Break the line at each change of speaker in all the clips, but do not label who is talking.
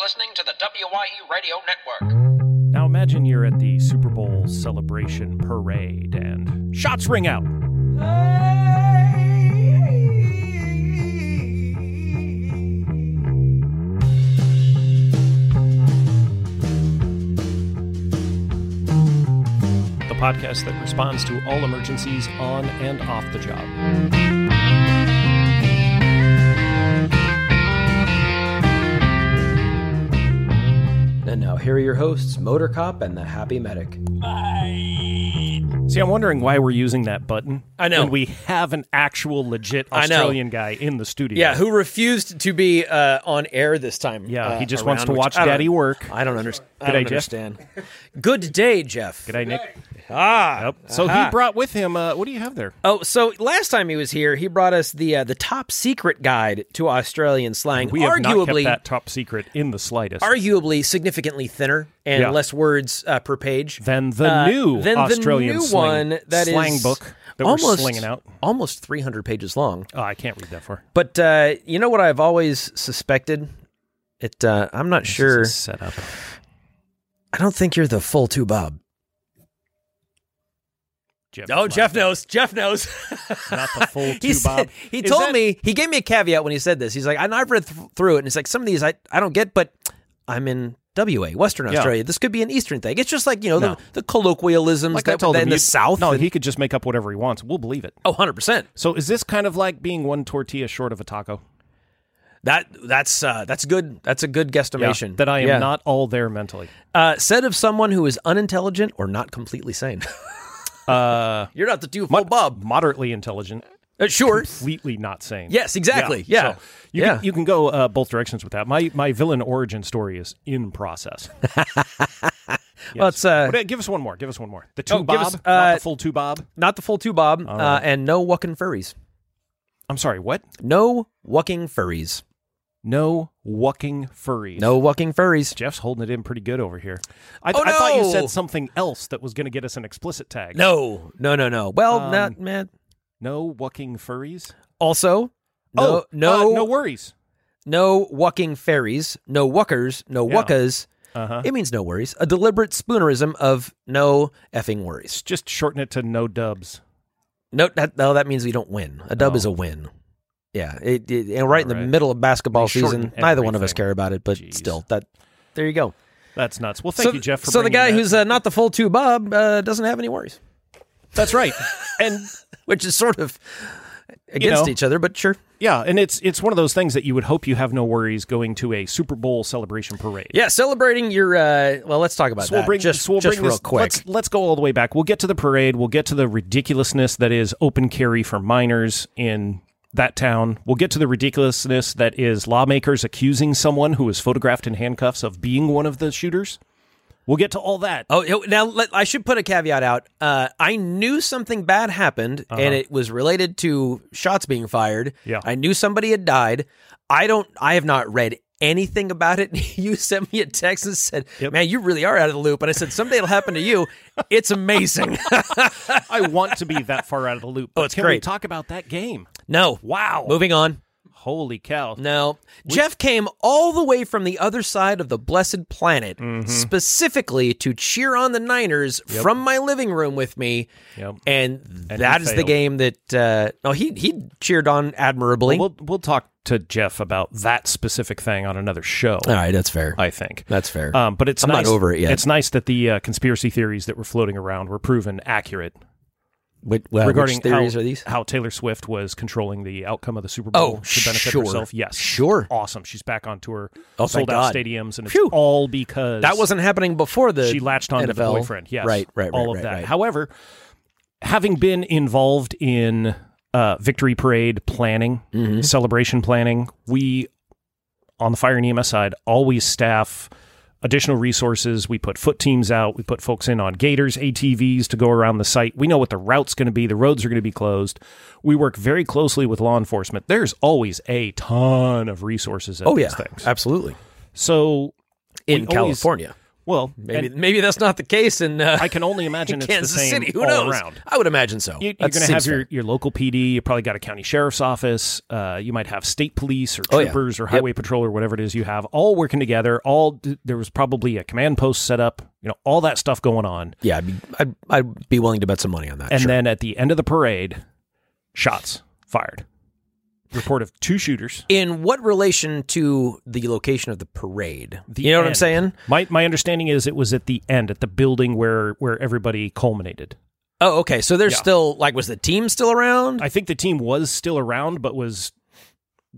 listening to the WYE Radio Network.
Now imagine you're at the Super Bowl celebration parade and shots ring out. The podcast that responds to all emergencies on and off the job.
And now here are your hosts, Motor Cop and the Happy Medic.
See, I'm wondering why we're using that button.
I know.
When we have an actual legit
I know.
Australian guy in the studio.
Yeah, who refused to be uh, on air this time?
Yeah,
uh,
he just wants
around,
to
which
watch
I don't-
Daddy work.
I don't, underst- I
G'day,
don't
Jeff.
understand. Good day, Jeff.
G'day, Nick.
Ah.
Yep. So he
Aha.
brought with him. Uh, what do you have there?
Oh, so last time he was here, he brought us the uh, the top secret guide to Australian slang.
We have not
arguably,
kept that top secret in the slightest.
arguably significantly thinner and
Yeah.
less words uh, per page Uh,
Than the new
than
Australian
the new
slang-
one that is
slang book that we're
almost,
slinging out.
almost 300 pages long.
oh, I can't read that far.
But uh, you know what I've always suspected? It uh, I'm not sure.
This is set up.
I don't think you're the full two bob.
Jeff
Oh,
is
Jeff
laughing.
knows. Jeff knows.
Not the full two,
he said-
Bob.
he
Is
told
that-
me he gave me a caveat when he said this. He's like, and I've read th- through it, and it's like some of these I, I don't get, but I'm in WA, Western
Yeah.
Australia. This could be an Eastern thing. It's just like you know
No.
the, the colloquialisms
Like
that,
I told
that
him,
in the
you-
South.
No,
and-
he could just make up whatever he wants. We'll believe it.
oh, 100 percent.
So is this kind of like being one tortilla short of a taco?
That that's uh, that's good. That's a good guesstimation.
That I am
Yeah.
not all there mentally.
uh, said of someone who is unintelligent or not completely sane.
Uh,
You're not the two full bob.
moderately intelligent,
Uh, sure.
completely not sane.
Yes, exactly. Yeah.
So you,
Yeah.
Can, you can go uh, both directions with that. My my villain origin story is in process.
Well, it's uh,
But, uh, give us one more. Give us one more. The two
Oh,
bob,
give us,
not
uh,
the full two bob.
not the full two bob, uh, and no walking furries.
I'm sorry. What?
No walking furries.
No walking furries.
No walking furries.
Jeff's holding it in pretty good over here. I,
Oh,
I thought you
no!
said something else that was going to get us an explicit tag.
No, no, no, no. Well,
Um,
not man.
No walking furries.
Also,
oh,
no,
uh,
no,
no
no,
worries.
walking fairies, no wuckers, no
Yeah.
wuckas.
Uh huh.
It means no worries. A deliberate spoonerism of no effing worries.
Just shorten it to no dubs.
No, that, no, that means we don't win. A dub
Oh.
is a win. Yeah, it, it, and right in the
Alright.
middle of basketball
They shorten
season, neither one of us
everything.
care about it. But
Jeez.
still, that there you go.
That's nuts. Well, thank
so,
you, Jeff. For
so the
bringing
guy
that.
who's uh, not the full two Bob uh, doesn't have any worries,
that's right, and
which is sort of against
know.
each other. But sure,
Yeah, and it's it's one of those things that you would hope you have no worries going to a Super Bowl celebration parade.
yeah, celebrating your uh, well, let's talk about
So we'll
that.
bring
just
so we'll
just
bring
real
this-
quick.
Let's let's go all the way back. We'll get to the parade. We'll get to the ridiculousness that is open carry for minors in that town. We'll get to the ridiculousness that is lawmakers accusing someone who was photographed in handcuffs of being one of the shooters. We'll get to all that.
Oh, you- now let, I should put a caveat out. Uh, I knew something bad happened, and it was related to shots being fired.
Uh-huh. Yeah.
I knew somebody had died. I don't. I have not read anything about it. you sent me a text and said, "Man, you really are out of the loop." And I said, "Someday it'll happen to you. It's amazing."
I want to be that far out of the loop. But
it's
can we
great.
talk about that game?
no.
Wow.
Moving on.
Holy cow.
No. Jeff came all the way from the other side of the blessed planet
Mm-hmm.
specifically to cheer on the Niners from my living room with me.
Yep.
And, that is the
failed.
game that uh no he he cheered on admirably.
We'll we'll talk to Jeff about that specific thing on another show.
all right, that's fair.
I think.
That's fair.
Um, but it's
I'm not
nice-
over it yet.
It's nice that the uh, conspiracy theories that were floating around were proven accurate
Wait, well, Uh, which
regarding
theories
how,
are these?
how Taylor Swift was controlling the outcome of the Super
Oh,
Bowl to benefit
sure.
herself. Yes,
Sure.
awesome. She's back on tour,
Oh, thank
sold out
God.
stadiums, and it's
Phew.
all because
That wasn't happening before the
she latched on to the
NFL.
boyfriend. Yes,
Right, right, right.
all of
right,
that.
right.
However, having been involved in uh, victory parade planning,
Mm-hmm.
celebration planning, we on the fire and EMS side always staff additional resources. We put foot teams out. We put folks in on gators, ATVs to go around the site. We know what the route's going to be. The roads are going to be closed. We work very closely with law enforcement. There's always a ton of resources. At
Oh
these
yeah.
things.
Absolutely.
So
In
we always-
California.
Well,
Maybe
and
maybe that's not the case in uh,
I can only imagine it's
Kansas
the same
City. Who
all
knows?
around.
I would imagine so.
You, you're
That
going to have
seems
your,
fair.
your local PD. You probably got a county sheriff's office. Uh, you might have state police or
Oh, yeah.
troopers or
Yep.
highway patrol or whatever it is you have, all working together. All d- there was probably a command post set up. You know, all that stuff going on.
yeah. I'd be, I'd, I'd be willing to bet some money on that.
And
sure.
then at the end of the parade, shots fired. Report of two shooters.
in what relation to the location of the parade?
The
you know what I'm
end.
saying?
My my understanding is it was at the end, at the building where where everybody culminated.
Oh, okay. So there's
Yeah.
still like, was the team still around?
I think the team was still around, but was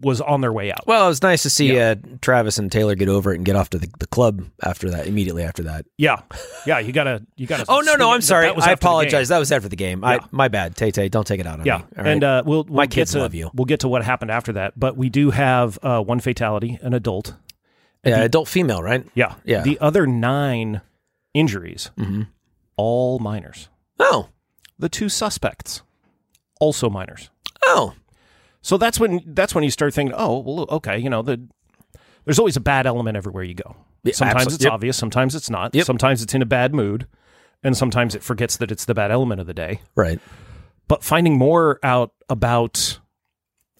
was on their way out.
well, it was nice to see uh, Travis and Taylor get over it and get off to the, the club after that. Immediately after that.
Yeah, yeah. You gotta you gotta.
Oh no,
spin
no,
it.
I'm
That-
sorry.
that was
I
after the game.
apologize. That was after the game. I
Yeah.
my bad. Tay Tay, don't take it out on
Yeah,
me. All right.
and uh, we'll, we'll
My
get
kids
to,
love you.
We'll get to what happened after that, but we do have uh, one fatality, an adult.
yeah, adult female, right?
Yeah,
Yeah.
The other nine injuries,
Mhm.
all minors.
Oh,
The two suspects, also minors.
oh,
So that's when that's when you start thinking, oh, well, okay, you know, the there's always a bad element everywhere you go.
Yeah,
sometimes
absolute-
it's
yep.
obvious, sometimes it's not.
Yep.
Sometimes it's in a bad mood, and sometimes it forgets that it's the bad element of the day.
right.
But finding more out about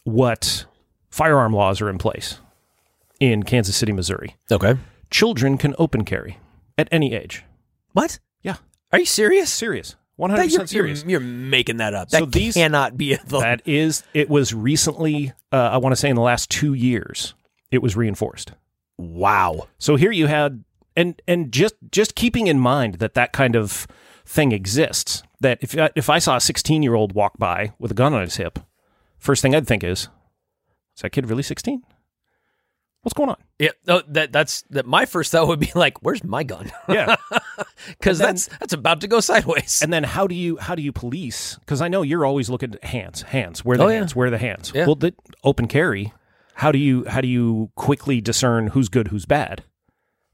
what firearm laws are in place in Kansas City, Missouri,
Okay.
children can open carry at any age.
What?
Yeah,
Are you serious?
serious, one hundred
That- you're,
percent serious.
you're- you're making that up. That
So these-
cannot be a the
That is, it was recently. Uh, I want to say in the last two years, it was reinforced.
wow.
So here you had and and just just keeping in mind that that kind of thing exists. That if I- if I saw a 16 year old walk by with a gun on his hip, first thing I'd think is, is that kid really 16? What's going on?
Yeah, no, that that's that. My first thought would be like, "Where's my gun?"
Yeah,
Because that's that's about to go sideways.
and then how do you how do you police? Because I know you're always looking at hands, hands. Where are the
Oh, yeah.
hands? Where are the hands?
Yeah.
Well, the open carry. How do you how do you quickly discern who's good, who's bad?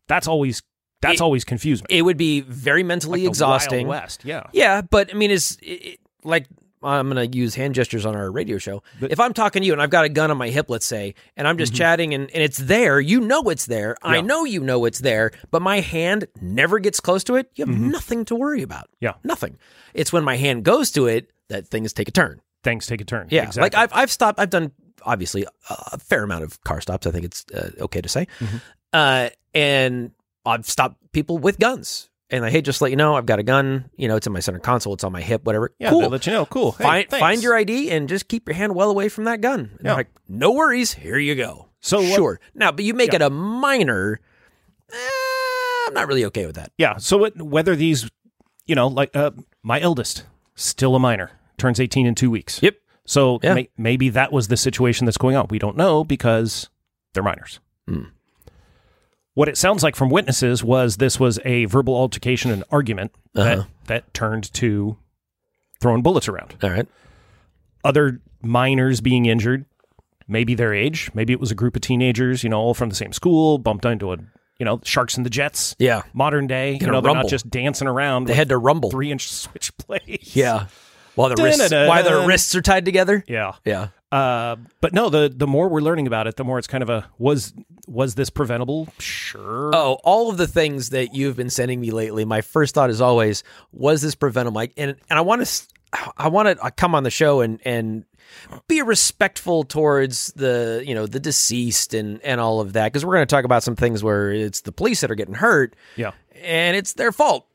That's always that's
It-
always confused me.
it would be very mentally
Like the
exhausting.
Wild West, yeah.
Yeah, but I mean, it's it, it- like I'm going to use hand gestures on our radio show. if I'm talking to you and I've got a gun on my hip, let's say, and I'm just chatting and, and it's there, you know it's there. I
Mm-hmm. Yeah.
know you know it's there, but my hand never gets close to it. You have nothing to worry about.
Mm-hmm. Yeah.
Nothing. It's when my hand goes to it that things take a turn.
Things take a turn.
Yeah,
exactly.
like I've I've stopped. I've done obviously a fair amount of car stops. I think it's uh, okay to say,
Mm-hmm.
uh, and I've stopped people with guns. And I hey, just to let you know, I've got a gun. You know, it's in my center console. It's on my hip. Whatever.
Yeah,
cool.
they'll let you know. Cool. Hey,
find
thanks.
find your ID and just keep your hand well away from that gun. And they're
Yeah.
like, no worries. Here you go.
So what-
sure. Now, but you make
Yeah.
it a minor. eh, I'm not really okay with that.
yeah. So it, whether these, you know, like uh, my eldest, still a minor, turns eighteen in two weeks.
Yep.
So
Yeah.
may, maybe that was the situation that's going on. We don't know because they're minors. What it sounds like from witnesses was this was a verbal altercation, an argument that that turned to throwing bullets around.
All right.
other minors being injured, maybe their age, maybe it was a group of teenagers, you know, all from the same school, bumped into a, you know, sharks and the jets.
Yeah.
Modern day, you
a
know, they're
rumble.
not just dancing around
They
with
had to rumble.
three inch switchblades.
Yeah. While the wrists, while their
Dun-dun-dun.
wrists are tied together.
Yeah.
Yeah.
Uh, but no, the the more we're learning about it, the more it's kind of a was was this preventable? Sure.
Oh, all of the things that you've been sending me lately. My first thought is always, was this preventable? Like, and and I want to, I want to come on the show and and be respectful towards the you know the deceased and and all of that because we're going to talk about some things where it's the police that are getting hurt
yeah.
and it's their fault,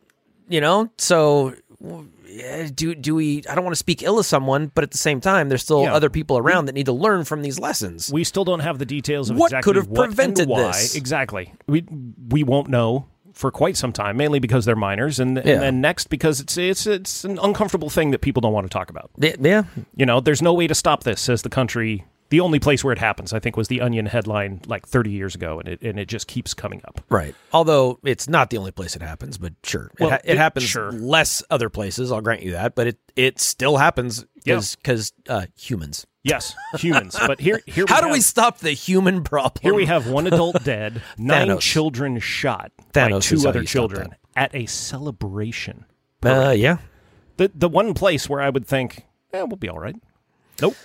you know. So. w- yeah, Do do we? I don't want to speak ill of someone, but at the same time, there's still
Yeah.
other people around that need to learn from these lessons.
We still don't have the details of
What
exactly
could have
what and
prevented
why.
this?
Exactly. We we won't know for quite some time, mainly because they're minors, and,
Yeah.
and then next because it's it's it's an uncomfortable thing that people don't want to talk about.
Yeah, yeah,
You know, there's no way to stop this, says the country. The only place where it happens, I think, was the Onion headline like 30 years ago, and it and it just keeps coming up.
Right. Although it's not the only place it happens, but sure, it,
Well,
ha- it,
it-
happens
sure.
less other places. I'll grant you that, but it it still happens
Yeah.
because uh, humans.
Yes, humans. but here here
How do
have-
we stop the human problem?
Here we have one adult dead, nine
Thanos.
children shot by
Thanos is
two
how
other
you stop
children at a celebration.
Uh, yeah.
The the one place where I would think, eh, we'll be all right. Nope.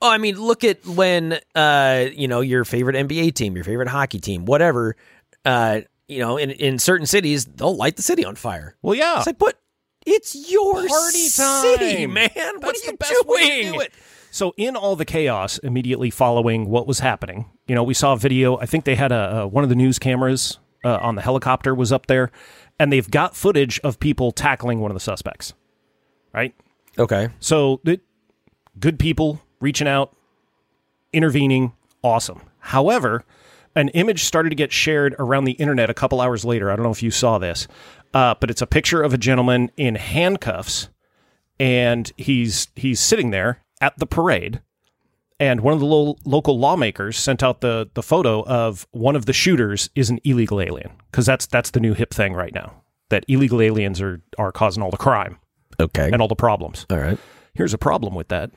Oh, I mean, look at when uh, you know your favorite NBA team, your favorite hockey team, whatever. Uh, you know, in in certain cities, they'll light the city on fire.
Well, yeah.
It's like, but it's your
Party
city,
time.
man. what
That's
are you
the best
doing?
way to do it. So, in all the chaos immediately following what was happening, you know, we saw a video. I think they had a, a one of the news cameras uh, on the helicopter was up there, and they've got footage of people tackling one of the suspects. Right.
Okay.
So, the good people reaching out, intervening, awesome. However, an image started to get shared around the internet a couple hours later. I don't know if you saw this, uh, but it's a picture of a gentleman in handcuffs, and he's he's sitting there at the parade. And one of the lo- local lawmakers sent out the the photo of one of the shooters is an illegal alien because that's that's the new hip thing right now that illegal aliens are are causing all the crime
Okay.
and all the problems.
All right.
Here's a problem with that.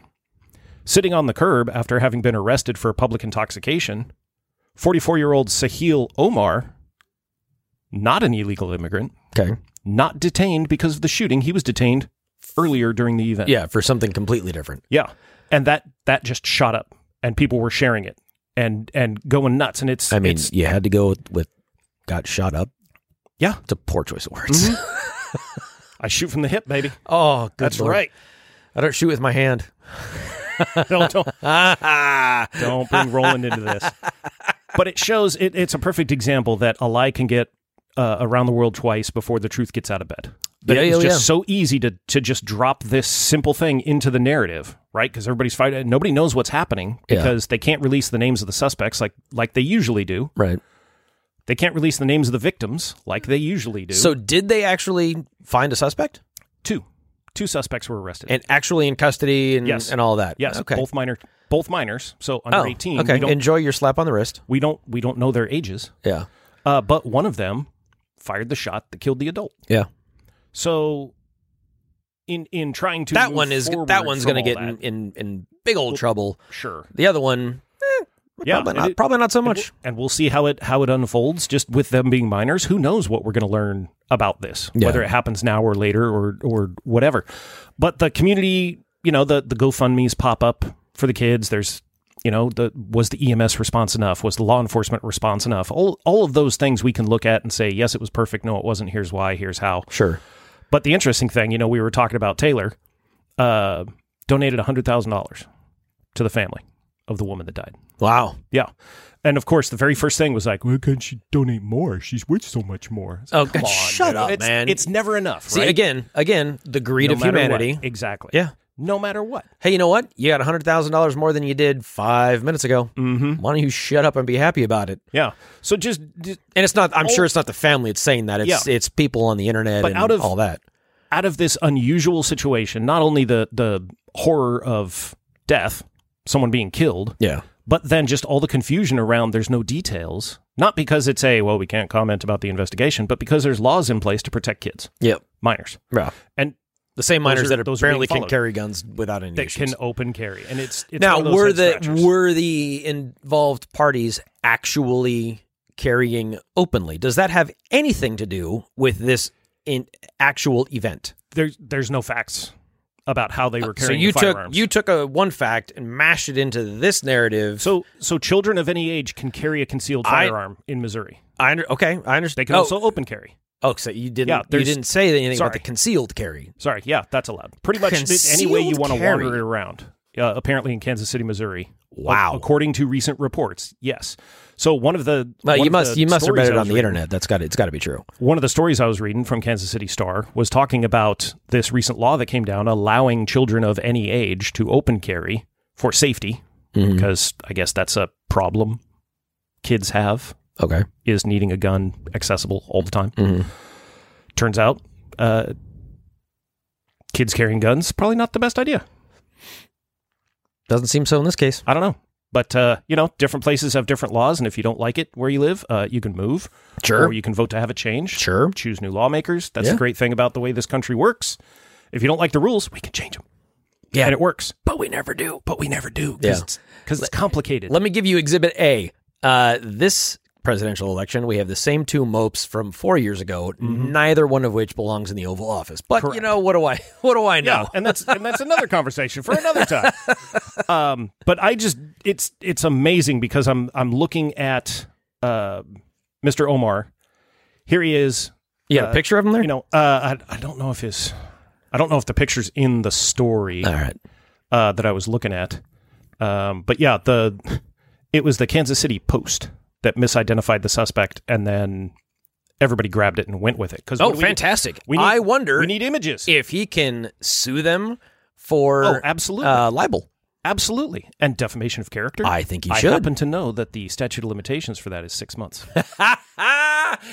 Sitting on the curb after having been arrested for public intoxication, 44 year old Sahil Omar, not an illegal immigrant,
Okay.
not detained because of the shooting. He was detained earlier during the event.
Yeah, for something completely different.
Yeah. And that, that just shot up and people were sharing it and, and going nuts. And it's,
I mean,
it's,
you had to go with got shot up.
Yeah.
It's a poor choice of words.
I shoot from the hip, baby.
Oh, good
That's
lord.
right.
I don't shoot with my hand.
Don't, don't,
Ah,
Don't bring Roland into this. But it shows it, it's a perfect example that a lie can get uh, around the world twice before the truth gets out of bed. That
Yeah,
it was
yeah,
just
yeah.
so easy to to just drop this simple thing into the narrative, right? Because everybody's fighting, nobody knows what's happening
Yeah.
because they can't release the names of the suspects like like they usually do.
right.
They can't release the names of the victims like they usually do.
So, did they actually find a suspect
two two suspects were arrested.
and actually in custody and
Yes.
and all that?
yes,
Okay.
both minor both minors. So under
oh,
eighteen,
Okay.
we don't
Enjoy your slap on the wrist.
we don't we don't know their ages.
Yeah.
Uh, but one of them fired the shot that killed the adult.
Yeah.
So, in in trying to
That
move
one is
forward
that one's
from
going to
all
get in,
that,
in in big old trouble.
sure,
The other one,
yeah,
probably
and
not.
it-
probably not so
and
much.
we'll- and we'll see how it how it unfolds. Just with them being minors, who knows what we're going to learn about this,
Yeah.
whether it happens now or later or or whatever. But the community, you know, the the GoFundmes pop up for the kids. There's you know, the was the EMS response enough? Was the law enforcement response enough? All all of those things we can look at and say, yes, it was perfect. No, it wasn't. Here's why. Here's how.
Sure.
But the interesting thing, you know, we were talking about Taylor uh, donated hundred thousand dollars to the family of the woman that died.
Wow.
Yeah, and of course, the very first thing was like, "Why can't she donate more? She's worth so much more." It's like,
Oh, God, shut
dude.
up,
It's-
man.
It's never enough.
See
right?
again, again, the greed
No
of
matter what.
humanity.
exactly.
Yeah.
no matter what.
Hey, you know what? You got hundred thousand dollars more than you did five minutes ago.
Mm-hmm.
Why don't you shut up and be happy about it?
Yeah. So just, just
And it's not. I'm sure it's not the family that's saying that. It's it's people on the internet
But
and
out of-
all that.
out of this unusual situation, not only the the horror of death, someone being killed,
Yeah.
but then just all the confusion around there's no details not because it's a well we can't comment about the investigation but because there's laws in place to protect kids
Yep.
minors
Yeah.
and
The same minors
are-
that
those are being
apparently can
followed.
carry guns without any
that
issues.
can open carry and it's, it's one
now,
of those
were
head
the
scratchers.
were the involved parties actually carrying openly? Does that have anything to do with this in actual event?
there's there's no facts about how they were
Uh, So
carrying
you
the
took
firearms.
you took a one fact and mashed it into this narrative.
so so children of any age can carry a concealed
I-
firearm in Missouri
I under, okay, I understand.
they can
oh,
also open carry
oh, so you didn't
Yeah,
you
there's-
didn't say anything about
sorry.
the concealed carry.
sorry yeah that's allowed pretty much any way you
Concealed
want to
carry.
wander it around uh, apparently in Kansas City Missouri
Wow.
according to recent reports yes so one of the
Well,
one
you
of
must
the
you must have
stories
read it
I
on
was
the
reading-
internet. That's got it's got to be true.
one of the stories I was reading from Kansas City Star was talking about this recent law that came down allowing children of any age to open carry for safety,
Mm-hmm.
because I guess that's a problem kids have
Okay. Mm-hmm.
is needing a gun accessible all the time. Turns out, uh, kids carrying guns probably not the best idea.
Doesn't seem so in this case.
I don't know. But uh, you know, different places have different laws, and if you don't like it where you live, uh, you can move,
Sure.
or you can vote to have it changed,
Sure.
Choose new lawmakers. That's
Yeah.
the great thing about the way this country works. If you don't like the rules, we can change them.
Yeah.
and it works.
But we never do.
But we never do
Yeah.
because it's, 'cause it's complicated.
Let me give you Exhibit A. Uh, this presidential election, we have the same two mopes from four years ago.
Mm-hmm.
Neither one of which belongs in the Oval Office. But you know what do I what do I know?
yeah, and that's and that's another conversation for another time. um, but I just it's it's amazing because I'm I'm looking at uh, Mr. Omar. here he is.
You got
Uh,
a picture of him there?
You know, uh, I, I don't know if his, I don't know if the picture's in the story
All right.
uh, that I was looking at. Um, but yeah, the it was the Kansas City Post that misidentified the suspect, and then everybody grabbed it and went with it. Because
Oh, fantastic.
we need-
I wonder
We need images.
if he can sue them for
Oh, absolutely.
uh, libel.
Absolutely. And defamation of character.
I think he
I
should.
happen to know that the statute of limitations for that is six months.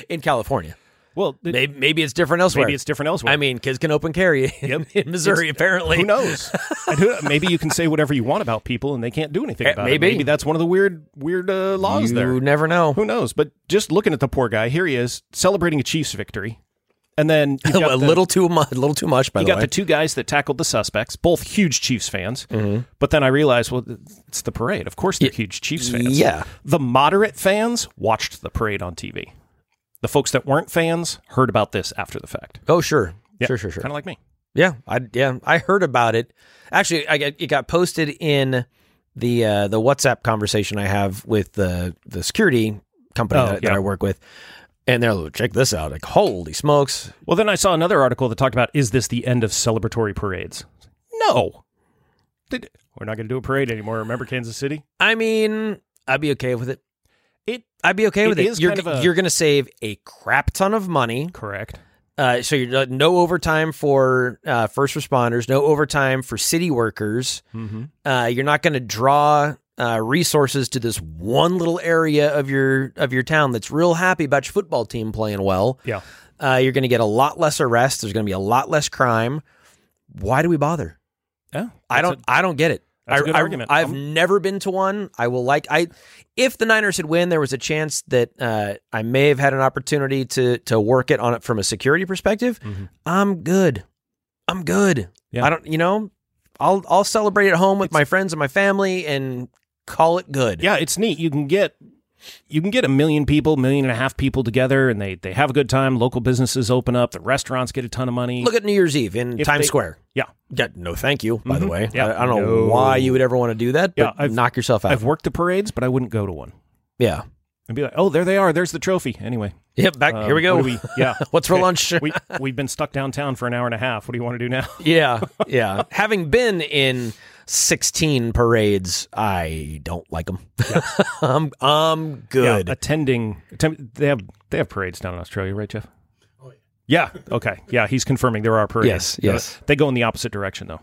in California.
well, it-
Maybe, maybe it's different elsewhere.
Ah, maybe it's different elsewhere.
I mean, kids can open carry
Yep.
in Missouri, apparently.
who knows? And who- maybe you can say whatever you want about people and they can't do anything
Eh,
about
maybe.
it. Maybe that's one of the weird, weird uh, laws
You
there.
never know.
Who knows? But just looking at the poor guy, here he is celebrating a Chiefs victory. And then you've got
a
the-
little too much. A little too much. By
You
the
got
way,
the two guys that tackled the suspects, both huge Chiefs fans.
Mm-hmm.
But then I realized, well, th- it's the parade. Of course, they're huge Chiefs fans.
yeah.
The moderate fans watched the parade on TV. The folks that weren't fans heard about this after the fact.
oh sure, sure, sure, sure.
Kind of like me.
Yeah, I yeah I heard about it. Actually, I got, it got posted in the uh, the WhatsApp conversation I have with the the security company
Oh,
that, that
yeah.
I work with, and they're like, check this out. Like, holy smokes!
Well, then I saw another article that talked about is this the end of celebratory parades? No. Did- We're not going to do a parade anymore. Remember Kansas City?
I mean, I'd be okay with it.
It
I'd be okay
It
with
is
it. You're
kind of a-
you're gonna save a crap ton of money.
correct.
Uh, so you're uh, no overtime for uh, first responders, no overtime for city workers.
Mm-hmm.
Uh, you're not going to draw uh, resources to this one little area of your of your town that's real happy about your football team playing well.
Yeah.
Uh, you're going to get a lot less arrests. There's going to be a lot less crime. Why do we bother?
Yeah.
I don't. I I don't get it.
that's a
I,
good
I,
argument. Um,
I've
I'm-
never been to one. I will like. I if the Niners had win, there was a chance that uh, I may have had an opportunity to to work it on it from a security perspective. I'm good. I'm good.
Mm-hmm. Yeah.
I don't. You know, I'll I'll celebrate at home with my friends and my family and call it good.
yeah, it's neat. You can get you can get a million people, million and a half people together, and they they have a good time. Local businesses open up. The restaurants get a ton of money.
Look at New Year's Eve in
If
Times
they-
Square.
yeah, Mm-hmm.
Yeah, no, thank you. By the way,
Yeah.
I, I don't
No.
know why you would ever want to do that,
Yeah,
but
I've-
knock yourself out.
I've worked the parades, but I wouldn't go to one
yeah,
and be like, oh, there they are. There's the trophy. Anyway,
yep. Back
um,
here we go.
what do yeah,
What's for
Okay.
lunch?
we we've been stuck downtown for an hour and a half. What do you want to do now?
Yeah, yeah. Having been in 16 parades, I don't like them. I'm I'm good.
Yeah, attending, atten- they have they have parades down in Australia, right, Jeff? Yeah. Okay. Yeah, he's confirming there are parades.
Yes, yes.
They go in the opposite direction though.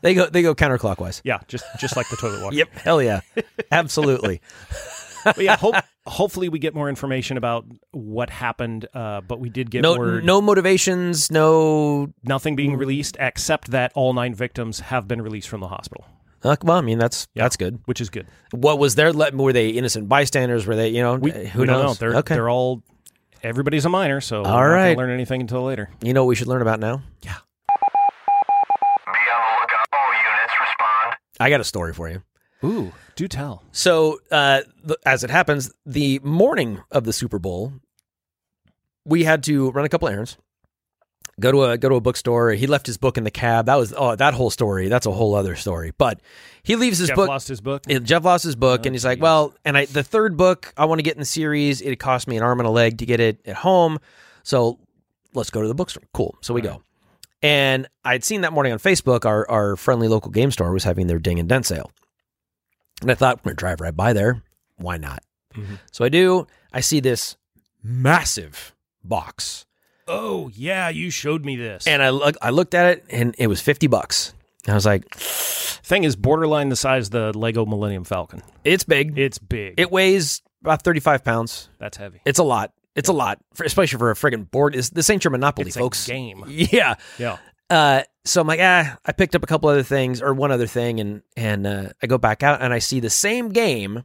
They go they go counterclockwise.
Yeah, just just like the toilet water.
Yep. Hell yeah. Absolutely.
But yeah, hope, hopefully we get more information about what happened. Uh, but we did get
No
word
no motivations, no
nothing being released except that all nine victims have been released from the hospital,
uh, well, I mean that's that's good.
which is good.
What was their le- were they innocent bystanders? Were they you know Uh, who
we
knows?
Don't know. They're
okay.
they're all everybody's a minor, so we're
All
not gonna
right.
learn anything until later.
you know what we should learn about now?
Be on the lookout. All units respond.
I got a story for you.
Ooh, do tell.
So, uh, th- as it happens, the morning of the Super Bowl, we had to run a couple errands, go to a go to a bookstore. He left his book in the cab. That was oh, that whole story. That's a whole other story. But he leaves his
Jeff
book.
lost his book.
Yeah, Jeff lost his book, and he's like, "Well, and I the third book I want to get in the series. It cost me an arm and a leg to get it at home, so let's go to the bookstore." Cool. So we go, and I'd seen that morning on Facebook our our friendly local game store was having their ding and dent sale, and I thought I'm gonna drive right by there. Why not? So I do. I see this massive box,
oh yeah, you showed me this. And
and I look, I looked at it, and it was fifty bucks. And I was like,
thing is borderline the size of the Lego Millennium Falcon.
"It's big.
It's big.
it weighs about thirty five pounds."
That's heavy.
It's a lot. It's a lot, for, especially for a friggin' board. This, this ain't your Monopoly,
It's
folks.
a game.
Yeah.
Yeah.
Uh, so I'm like, ah, I picked up a couple other things or one other thing, and and uh, I go back out and I see the same game,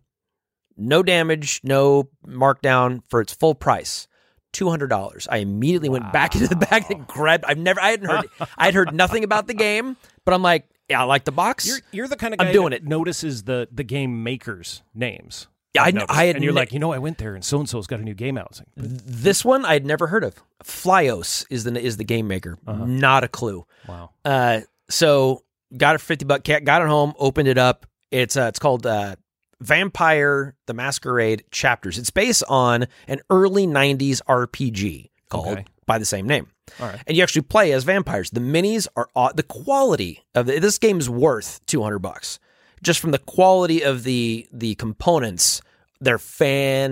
no damage, no markdown for its full price. Two hundred dollars. I immediately went back into the bag and grabbed. I've never. I hadn't heard. I'd heard nothing about the game, but I'm like, yeah, I like the box.
You're, you're the kind of
I'm
guy
doing
that
it.
notices the the game makers' names.
Yeah, I
I've
kn-
noticed.
I had
and you're
ne-
like, you know, I went there and so and so's got a new game out. It's like,
this one I'd never heard of. Flyos is the is the game maker.
Uh-huh.
Not a clue.
wow.
Uh, so got a fifty buck cat, got it home, opened it up. It's uh, it's called uh, Vampire the Masquerade chapters. It's based on an early 90s RPG called
Okay.
by the same name.
All right.
And you actually play as vampires. The minis are aw- the quality of the, this game is worth 200 bucks. Just from the quality of the the components, they're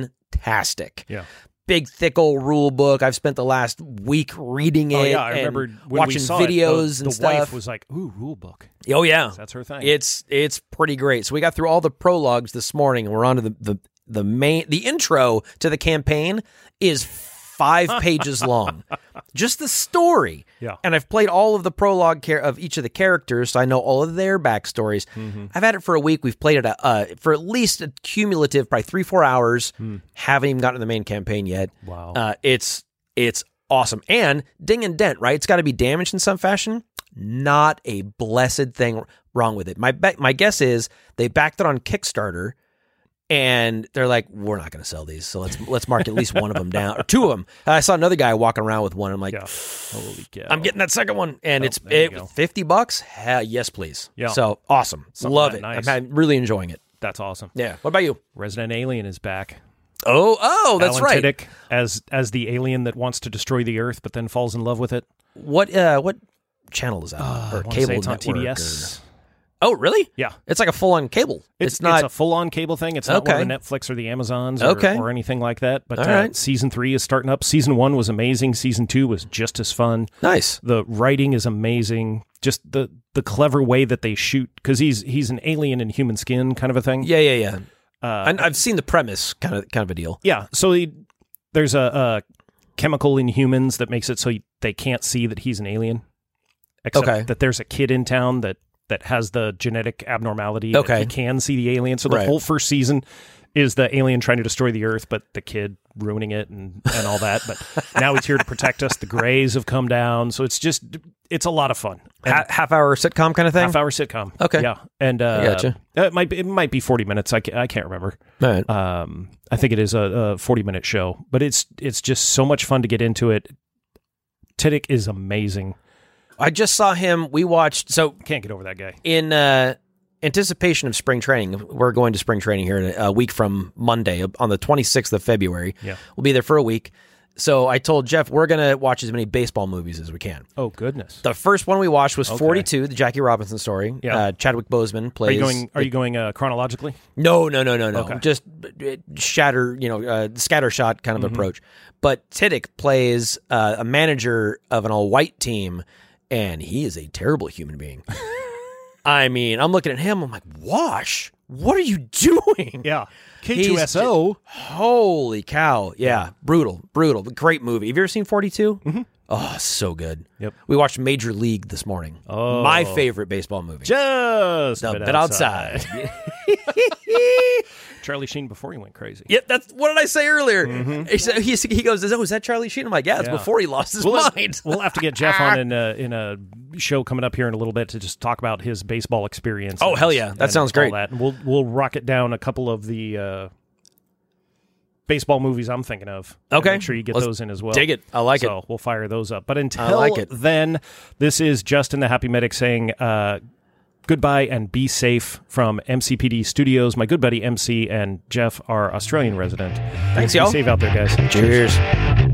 fantastic.
Yeah.
Big thick old rule book. I've spent the last week reading it.
Oh yeah, I
and
remember when
watching
we saw it, the-
videos
the,
and stuff.
wife was like, "Ooh, rule book."
oh yeah,
That's her thing.
it's it's pretty great. So we got through all the prologues this morning, and we're on to the the, the main the intro to the campaign is five pages long, just the story.
Yeah.
and I've played all of the prologue care of each of the characters, so I know all of their backstories.
Mm-hmm.
I've had it for a week. We've played it uh, uh, for at least a cumulative, probably three four hours. Haven't even gotten to the main campaign yet.
Hmm. Wow.
Uh, it's it's awesome and ding and dent, right? It's got to be damaged in some fashion. Not a blessed thing wrong with it. My be- my guess is they backed it on Kickstarter, and they're like, we're not going to sell these, so let's let's mark at least one of them down or two of them. I saw another guy walking around with one. I'm like,
yeah. Holy cow.
I'm getting that second one, and it's
there you
it,
go.
fifty bucks. Hell, yes, please.
Yeah.
So awesome,
Something
love
that
it.
nice.
I'm, I'm really enjoying it.
That's awesome.
Yeah. What about you?
Resident Alien is back.
Oh, oh, that's
Alan
right.
Tiddick as as the alien that wants to destroy the Earth, but then falls in love with it.
What uh, what channel is that? on?
Uh, I
or
wanna
cable
say it's on
network or-
TBS.
Oh, really?
Yeah.
It's like a full on cable. It's, not.
a full on cable thing. It's not one of
Okay.
the Netflix or the Amazons or,
Okay.
or anything like that. But
All
uh,
right.
season three is starting up. Season one was amazing. Season two was just as fun.
nice.
The writing is amazing. Just the the clever way that they shoot because he's he's an alien in human skin kind of a thing.
Yeah, yeah, yeah.
Uh,
And I've seen the premise, kind of, kind of a deal.
Yeah. So he, there's a, a chemical in humans that makes it so they can't see that he's an alien. Except
Okay.
that there's a kid in town that that has the genetic abnormality. that
Okay.
he can see the alien. So the
Right.
whole first season is the alien trying to destroy the Earth, but the kid ruining it and and all that. But now he's here to protect us. The Greys have come down, so it's just it's a lot of fun. And
Ha- half hour sitcom kind of thing.
half hour sitcom.
Okay.
Yeah. And uh,
gotcha.
it might be, it might be 40 minutes. I can't, I can't remember
All right.
um, I think it is a, a 40 minute show, but it's it's just so much fun to get into it. Tiddick is amazing.
I just saw him. We watched. So
Can't get over that guy.
in uh, anticipation of spring training, we're going to spring training here in a, a week from Monday on the 26th of February.
Yeah.
We'll be there for a week. So I told Jeff we're going to watch as many baseball movies as we can.
Oh goodness.
The first one we watched was 42, the Jackie Robinson story.
Yeah.
Uh, Chadwick Boseman plays.
Are you going? Are you going uh, chronologically?
No, no, no, no, no.
Okay.
Just uh, shatter, you know, uh, scattershot kind of
Mm-hmm.
approach. But Tiddick plays uh, a manager of an all-white team, and he is a terrible human being. I mean, I'm looking at him. I'm like, Wash, what are you doing?
Yeah.
K2SO. Holy cow! Yeah, brutal, brutal. But Great movie. Have you ever seen 42? Mm-hmm. Oh, so good.
Yep.
We watched Major League this morning.
Oh.
my favorite baseball movie.
Just
The
a bit
bit outside.
Charlie Sheen before he went crazy.
Yep, that's what did I say earlier? He, said- he, he goes, "Oh, is that Charlie Sheen?" I'm like, "Yeah, it's
Yeah.
before he lost his
We'll have,
mind."
we'll have to get Jeff on in a, in a show coming up here in a little bit to just talk about his baseball experience.
Oh,
and-
hell yeah. That
and
sounds
all
great.
That. And we'll we'll rocket down a couple of the uh, baseball movies I'm thinking of. and
Okay.
make sure you get
Let's
those in as well.
dig it. I like
so we'll fire those up. But until
like it.
then, this is Justin the Happy Medic saying uh, goodbye and be safe from MCPD Studios. My good buddy MC and Jeff, our Australian resident.
Thanks,
Be
y'all.
safe out there, guys.
it. Cheers.